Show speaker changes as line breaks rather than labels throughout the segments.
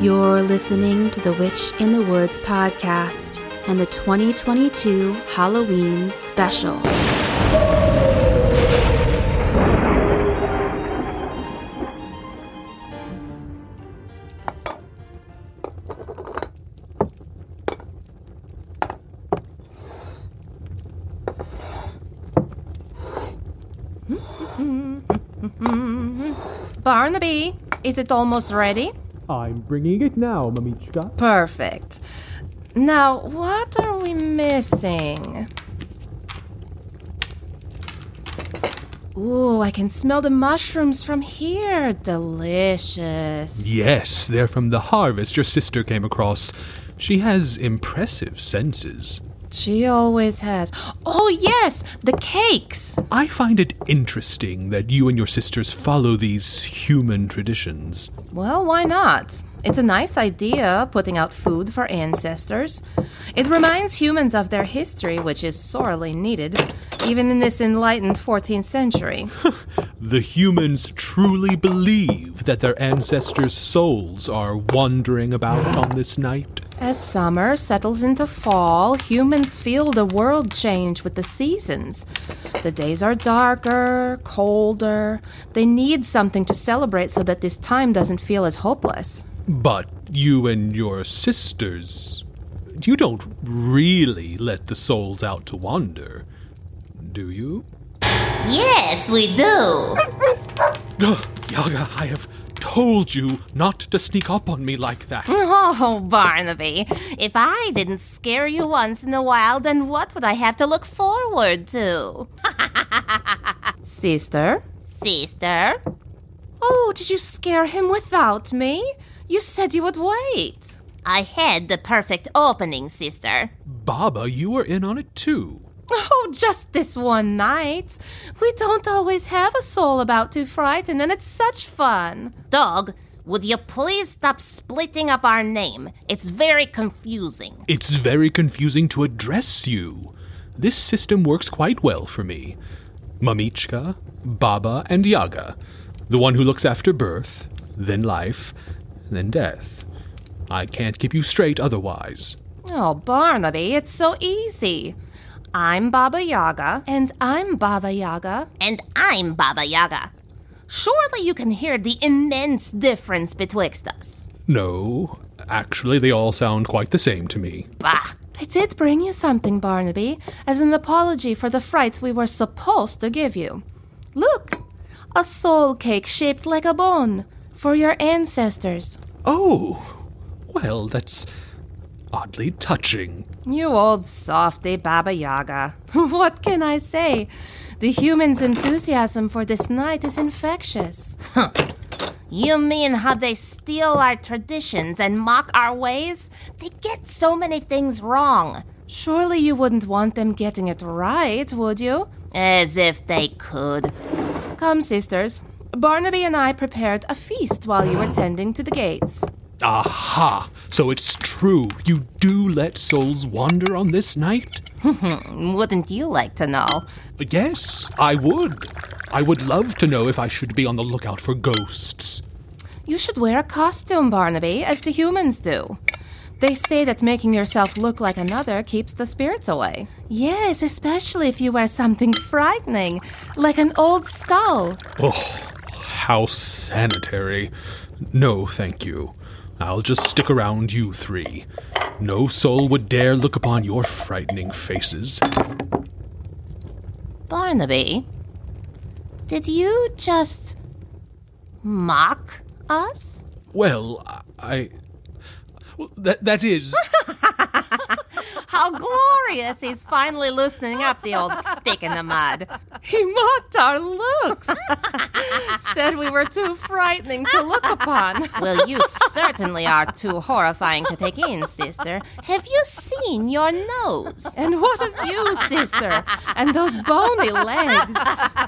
You're listening to the Witch in the Woods podcast and the 2022 Halloween special.
Barnaby, is it almost ready?
I'm bringing it now, Mamichka.
Perfect. Now, what are we missing? Ooh, I can smell the mushrooms from here. Delicious.
Yes, they're from the harvest your sister came across. She has impressive senses.
She always has. Oh, yes, the cakes.
I find it interesting that you and your sisters follow these human traditions.
Well, why not? It's a nice idea, putting out food for ancestors. It reminds humans of their history, which is sorely needed, even in this enlightened 14th century.
The humans truly believe that their ancestors' souls are wandering about on this night.
As summer settles into fall, humans feel the world change with the seasons. The days are darker, colder. They need something to celebrate so that this time doesn't feel as hopeless.
But you and your sisters. You don't really let the souls out to wander, do you?
Yes, we do.
Ugh, Yaga, I have told you not to sneak up on me like that.
Oh,
Barnaby, if I didn't scare you once in a while, then what would I have to look forward to?
sister.
Sister?
Oh, did you scare him without me? You said you would wait.
I had the perfect opening, sister.
Baba, you were in on it too.
Oh, just this one night. We don't always have a soul about to frighten, and it's such fun.
Dog, would you please stop splitting up our name? It's very confusing.
It's very confusing to address you. This system works quite well for me. Mamichka, Baba, and Yaga. The one who looks after birth, then life, then death. I can't keep you straight otherwise.
Oh, Barnaby, it's so easy. I'm Baba Yaga, and I'm Baba Yaga.
And I'm Baba Yaga. Surely you can hear the immense difference betwixt us.
No, actually, they all sound quite the same to me.
Bah!
I did bring you something, Barnaby, as an apology for the fright we were supposed to give you. Look, a soul cake shaped like a bone for your ancestors.
Oh, well, that's oddly touching.
You old softy, Baba Yaga. what can I say? The human's enthusiasm for this night is infectious.
You mean how they steal our traditions and mock our ways? They get so many things wrong.
Surely you wouldn't want them getting it right, would you?
As if they could.
Come, sisters. Barnaby and I prepared a feast while you were tending to the gates.
Aha! So it's true. You do let souls wander on this night?
Wouldn't you like to know?
Yes, I would. I would love to know if I should be on the lookout for ghosts.
You should wear a costume, Barnaby, as the humans do. They say that making yourself look like another keeps the spirits away. Yes, especially if you wear something frightening, like an old skull.
Oh, how sanitary. No, thank you. I'll just stick around you three. No soul would dare look upon your frightening faces.
Barnaby, did you just mock us?
Well, I. Well, that, that is.
How glorious he's finally loosening up the old stick in the mud.
He mocked our looks, said we were too frightening to look upon.
Well, you certainly are too horrifying to take in, sister. Have you seen your nose?
And what of you, sister? And those bony legs.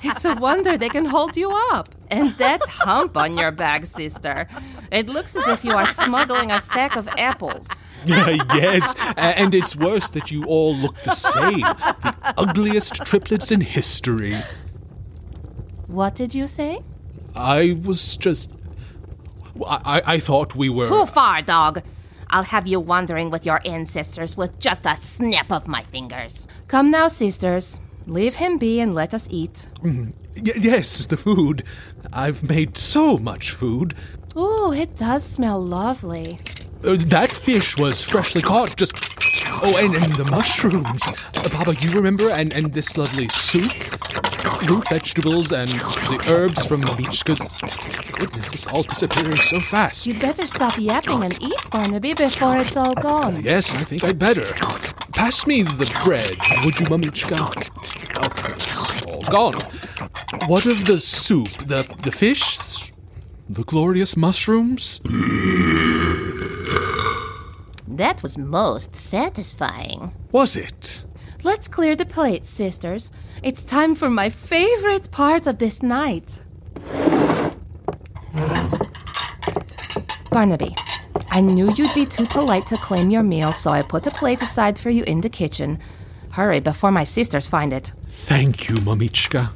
It's a wonder they can hold you up. And that hump on your back, sister. It looks as if you are smuggling a sack of apples.
yes, a- and it's worse that you all look the same. The ugliest triplets in history.
What did you say?
I was just. w- I, I, I thought we were.
Too far, dog. I'll have you wandering with your ancestors with just a snap of my fingers.
Come now, sisters. Leave him be and let us eat.
Y- yes, the food. I've made so much food.
Ooh, it does smell lovely.
Uh, that fish was freshly caught, just. Oh, and, and the mushrooms. Uh, Baba, you remember? And, and this lovely soup, root vegetables, and the herbs from Mamichka's. Goodness, it's all disappearing so fast.
You'd better stop yapping and eat, Barnaby, before it's all gone.
Yes, I think I'd better. Pass me the bread, would you, Mamichka? Oh, it's all gone. What of the soup, the, the fish, the glorious mushrooms?
That was most satisfying.
Was it?
Let's clear the plates, sisters. It's time for my favorite part of this night. Barnaby, I knew you'd be too polite to claim your meal, so I put a plate aside for you in the kitchen. Hurry before my sisters find it.
Thank you, Mamichka.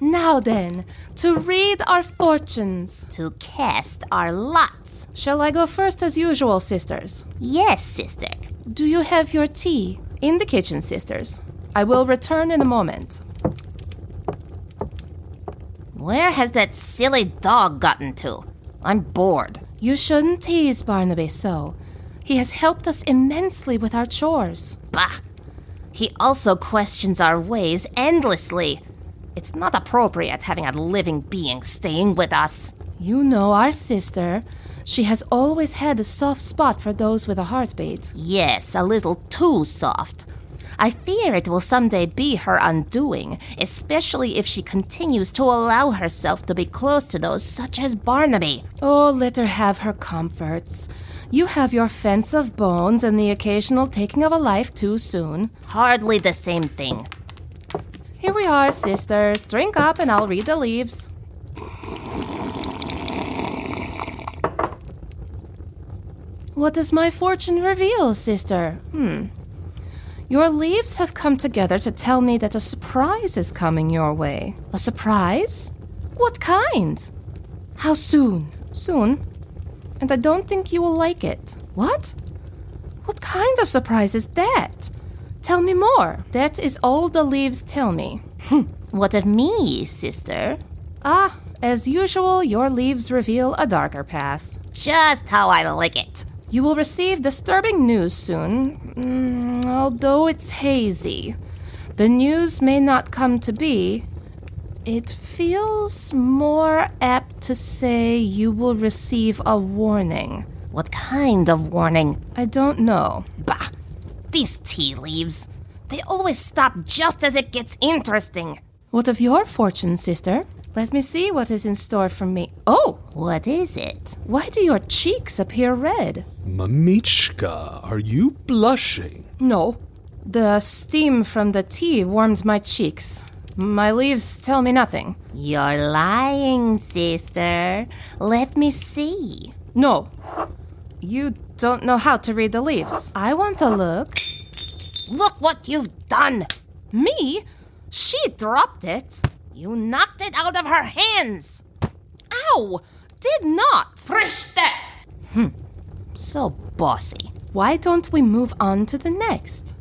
Now then, to read our fortunes.
To cast our lots.
Shall I go first as usual, sisters?
Yes, sister.
Do you have your tea? In the kitchen, sisters. I will return in a moment.
Where has that silly dog gotten to? I'm bored.
You shouldn't tease Barnaby so. He has helped us immensely with our chores.
Bah! He also questions our ways endlessly. It's not appropriate having a living being staying with us.
You know our sister. She has always had a soft spot for those with a heartbeat.
Yes, a little too soft. I fear it will someday be her undoing, especially if she continues to allow herself to be close to those such as Barnaby.
Oh, let her have her comforts. You have your fence of bones and the occasional taking of a life too soon.
Hardly the same thing.
Here we are, sisters. Drink up and I'll read the leaves. What does my fortune reveal, sister? Hmm. Your leaves have come together to tell me that a surprise is coming your way. A surprise? What kind? How soon? Soon. And I don't think you will like it. What? What kind of surprise is that? Tell me more. That is all the leaves tell me.
What of me, sister?
Ah, as usual, your leaves reveal a darker path.
Just how I like it.
You will receive disturbing news soon, mm, although it's hazy. The news may not come to be. It feels more apt to say you will receive a warning.
What kind of warning?
I don't know.
Bah! These tea leaves. They always stop just as it gets interesting.
What of your fortune, sister? Let me see what is in store for me. Oh,
What is it?
why do your cheeks appear red?
Mamichka, are you blushing?
No. The steam from the tea warmed my cheeks. My leaves tell me nothing.
You're lying, sister. Let me see.
No. You don't know how to read the leaves. I want a look.
Look what you've done.
Me? She dropped it.
You knocked it out of her hands.
Ow! Did not.
Frish that. Hmm. So bossy.
Why don't we move on to the next?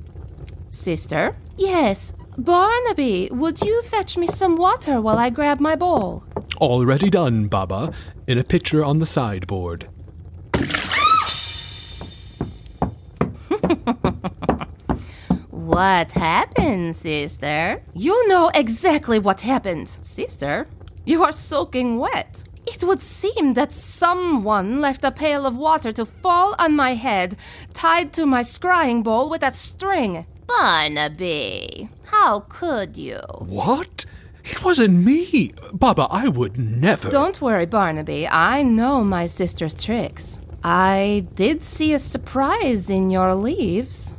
Sister? Yes. Barnaby, would you fetch me some water while I grab my bowl?
Already done, Baba, in a pitcher on the sideboard.
What happened, sister?
You know exactly what happened, sister. You are soaking wet. It would seem that someone left a pail of water to fall on my head, tied to my scrying bowl with a string.
Barnaby, how could you?
What? It wasn't me. Baba, I would never.
Don't worry, Barnaby. I know my sister's tricks. I did see a surprise in your leaves.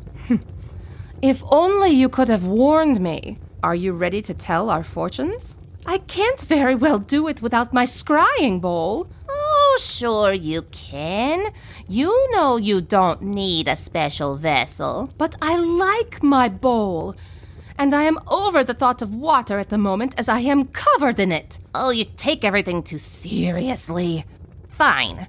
if only you could have warned me. Are you ready to tell our fortunes? I can't very well do it without my scrying bowl.
Oh, sure you can. You know you don't need a special vessel.
But I like my bowl.
and I am over the thought of water at the moment as I am covered in it.
Oh, you take everything too seriously. Fine.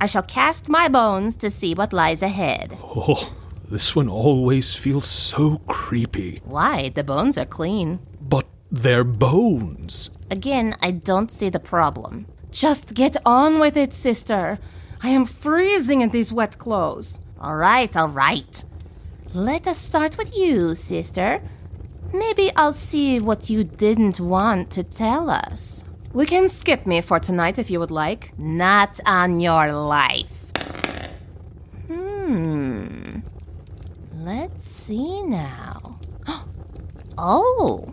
I shall cast my bones to see what lies ahead.
Oh, this one always feels so creepy.
Why? The bones are clean.
But they're bones.
Again, I don't see the problem.
Just get on with it, sister. I am freezing in these wet clothes.
All right, all right. Let us start with you, sister. Maybe I'll see what you didn't want to tell us.
We can skip me for tonight if you would like.
Not on your life. Hmm. Let's see now. Oh.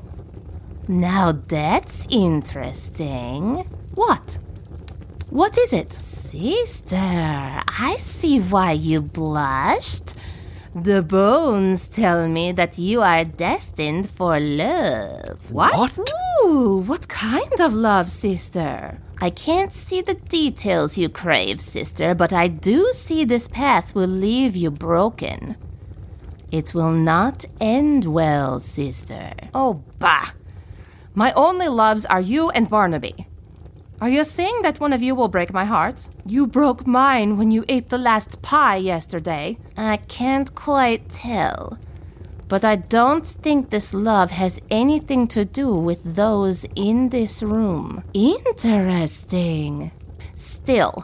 Now that's interesting.
What? What is it?
Sister, I see why you blushed. The bones tell me that you are destined for love.
What?
Ooh, what kind of love, sister?
I can't see the details you crave, sister, but I do see this path will leave you broken. It will not end well, sister.
Oh, bah! My only loves are you and Barnaby. Are you saying that one of you will break my heart? You broke mine when you ate the last pie yesterday.
I can't quite tell. But I don't think this love has anything to do with those in this room. Interesting. Still,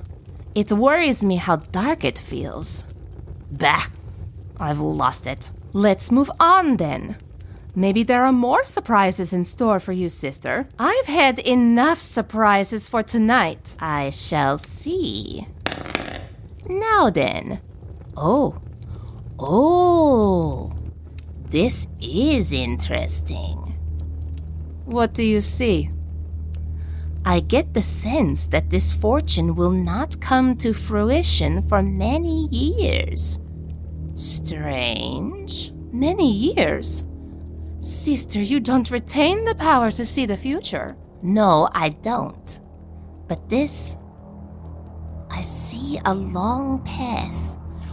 it worries me how dark it feels. Bah! I've lost it.
Let's move on then. Maybe there are more surprises in store for you, sister. I've had enough surprises for tonight.
I shall see. Now then. Oh. Oh. This is interesting.
What do you see?
I get the sense that this fortune will not come to fruition for many years. Strange.
Many years. Sister, you don't retain the power to see the future.
No, I don't. But this. I see a long path,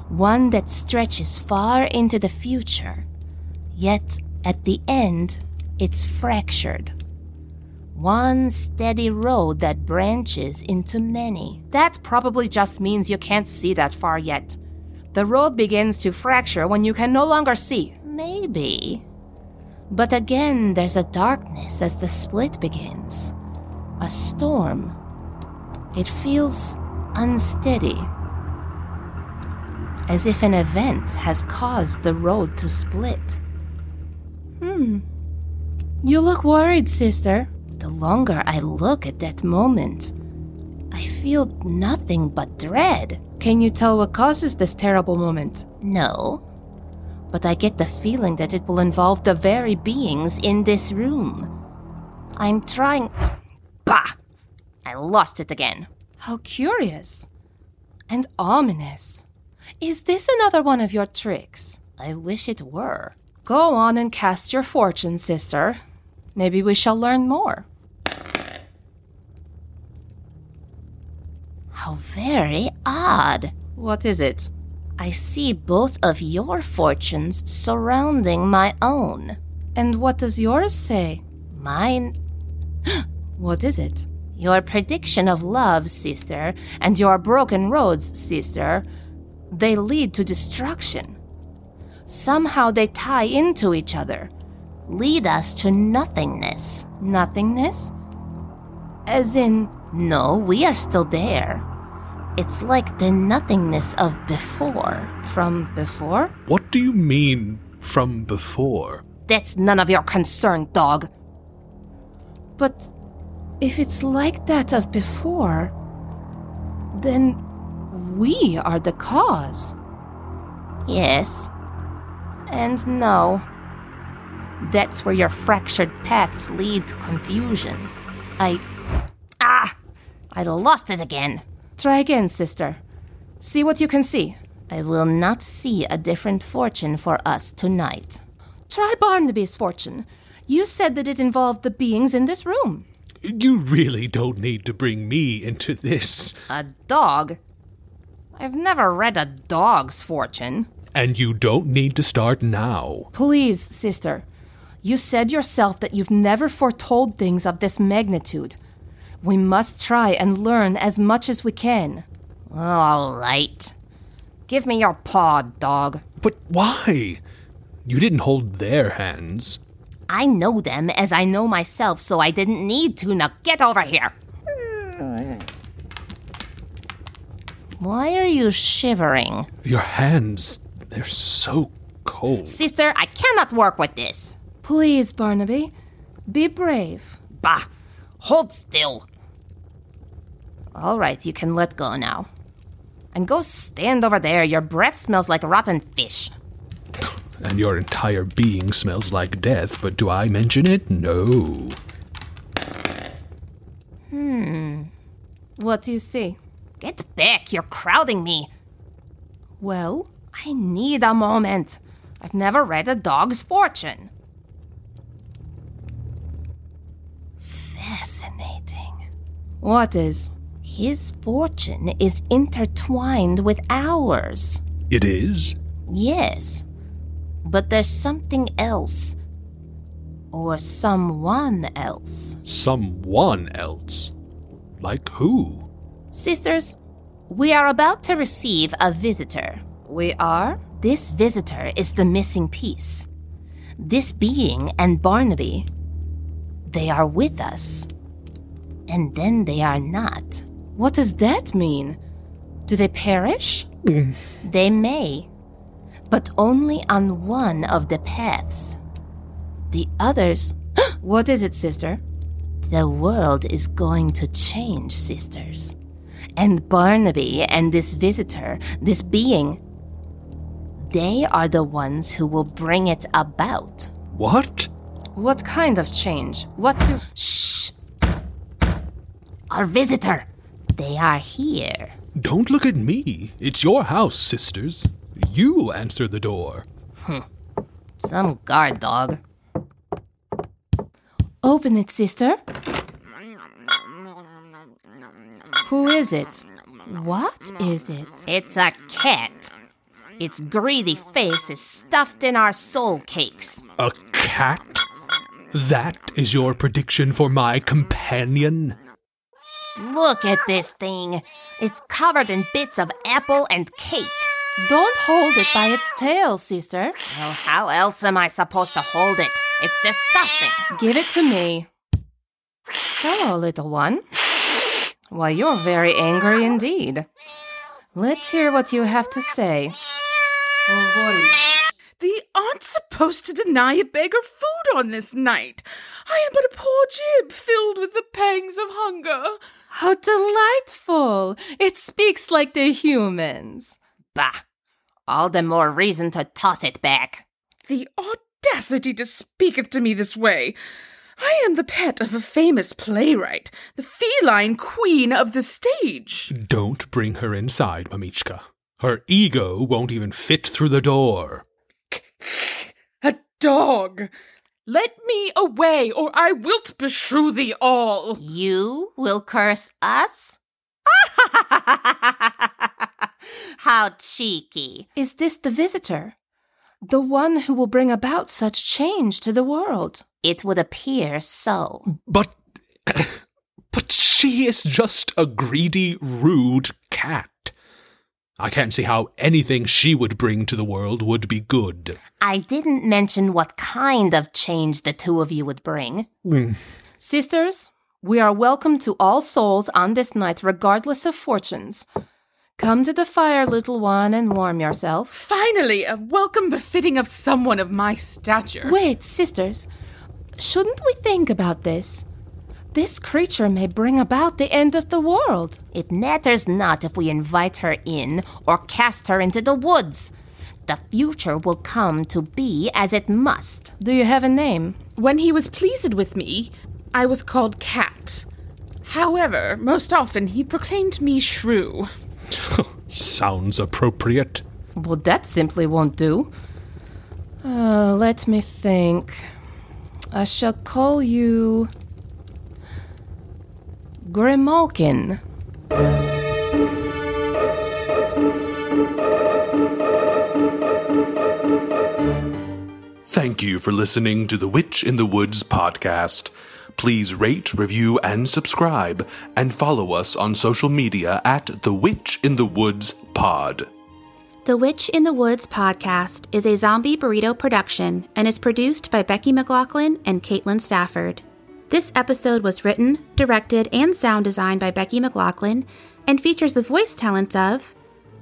one that stretches far into the future. Yet, at the end, it's fractured. One steady road that branches into many.
That probably just means you can't see that far yet. The road begins to fracture when you can no longer see.
Maybe. But again, there's a darkness as the split begins. A storm. It feels unsteady. As if an event has caused the road to split. Hmm.
You look worried, sister.
The longer I look at that moment, I feel nothing but dread.
Can you tell what causes this terrible moment?
No. But I get the feeling that it will involve the very beings in this room. I'm trying. Bah! I lost it again.
How curious and ominous. Is this another one of your tricks?
I wish it were.
Go on and cast your fortune, sister. Maybe we shall learn more.
How very odd.
What is it?
I see both of your fortunes surrounding my own.
And what does yours say?
Mine,
What is it?
your prediction of love, sister, and your broken roads, sister, they lead to destruction. Somehow they tie into each other, lead us to nothingness.
Nothingness?
As in, no, we are still there. It's like the nothingness of before.
From before?
What do you mean from before?
That's none of your concern, dog.
But if it's like that of before, then we are the cause.
Yes. And no. That's where your fractured paths lead to confusion. I. Ah! I lost it again.
Try again, sister. See what you can see.
I will not see a different fortune for us tonight.
Try Barnaby's fortune. You said that it involved the beings in this room.
You really don't need to bring me into this.
A dog? I've never read a dog's fortune.
And you don't need to start now.
Please, sister. You said yourself that you've never foretold things of this magnitude. We must try and learn as much as we can.
All right. Give me your paw, dog.
But why? You didn't hold their hands.
I know them as I know myself, so I didn't need to. Now get over here. Why are you shivering?
Your hands, they're so cold.
Sister, I cannot work with this.
Please, Barnaby, be brave.
Bah! Hold still. All right, you can let go now. And go stand over there. Your breath smells like rotten fish.
And your entire being smells like death, but do I mention it? No.
What do you see?
Get back. You're crowding me.
Well,
I need a moment. I've never read a dog's fortune. Fascinating.
what is?
His fortune is intertwined with ours.
It is?
Yes. But there's something else. Or someone else.
Someone else. Like who?
Sisters, we are about to receive a visitor.
We are?
This visitor is the missing piece. This being and Barnaby, they are with us. And then they are not.
What does that mean? Do they perish?
They may, but only on one of the paths. The others,
What is it, sister?
the world is going to change, sisters. And Barnaby and this visitor, this being, they are the ones who will bring it about.
What?
What kind of change? What do.
Shh! Our visitor! They are here.
Don't look at me. It's your house, sisters. You answer the door.
Some guard dog.
Open it, sister. Who is it? What is it?
It's a cat. Its greedy face is stuffed in our soul cakes.
A cat? That is your prediction for my companion?
Look at this thing. It's covered in bits of apple and cake.
Don't hold it by its tail, sister.
Well, how else am I supposed to Uh, hold it? It's disgusting.
Give it to me. Hello, little one. Why, you're very angry indeed. Let's hear what you have to say.
Thee aren't supposed to deny a beggar food on this night. I am but a poor jib filled with the pangs of hunger.
How delightful! It speaks like the humans.
Bah. All the more reason to toss it back.
The audacity to speaketh to me this way. I am the pet of a famous playwright, the feline queen of the stage.
Don't bring her inside, Mamichka. Her ego won't even fit through the door.
A dog. Let me away, or I wilt beshrew thee all.
You will curse us? How cheeky.
Is this the visitor? The one who will bring about such change to the world?
It would appear so.
But. But she is just a greedy, rude cat. I can't see how anything she would bring to the world would be good.
I didn't mention what kind of change the two of you would bring.
Sisters, we are welcome to all souls on this night, regardless of fortunes. Come to the fire, little one, and warm yourself.
Finally, a welcome befitting of someone of my stature.
Wait, sisters, shouldn't we think about this? This creature may bring about the end of the world.
It matters not if we invite her in or cast her into the woods. The future will come to be as it must.
Do you have a name?
When he was pleased with me, I was called Cat. However, most often he proclaimed me Shrew.
Sounds appropriate.
Well, that simply won't do. Uh, let me think. I shall call you. Grimalkin.
Thank you for listening to the Witch in the Woods podcast. Please rate, review, and subscribe, and follow us on social media at The Witch in the Woods Pod.
The Witch in the Woods podcast is a zombie burrito production and is produced by Becky McLaughlin and Caitlin Stafford. This episode was written, directed, and sound designed by Becky McLaughlin and features the voice talents of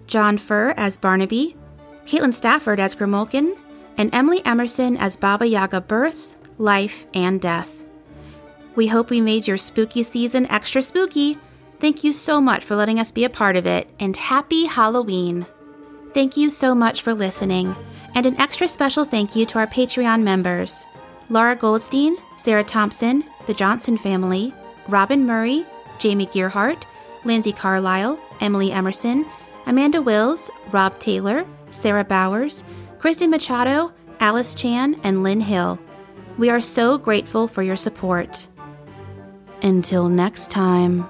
John Furr as Barnaby, Caitlin Stafford as Grimalkin, and Emily Emerson as Baba Yaga Birth, Life, and Death. We hope we made your spooky season extra spooky. Thank you so much for letting us be a part of it, and happy Halloween! Thank you so much for listening, and an extra special thank you to our Patreon members Laura Goldstein, Sarah Thompson, the Johnson family, Robin Murray, Jamie Gearhart, Lindsay Carlisle, Emily Emerson, Amanda Wills, Rob Taylor, Sarah Bowers, Kristen Machado, Alice Chan, and Lynn Hill. We are so grateful for your support. Until next time.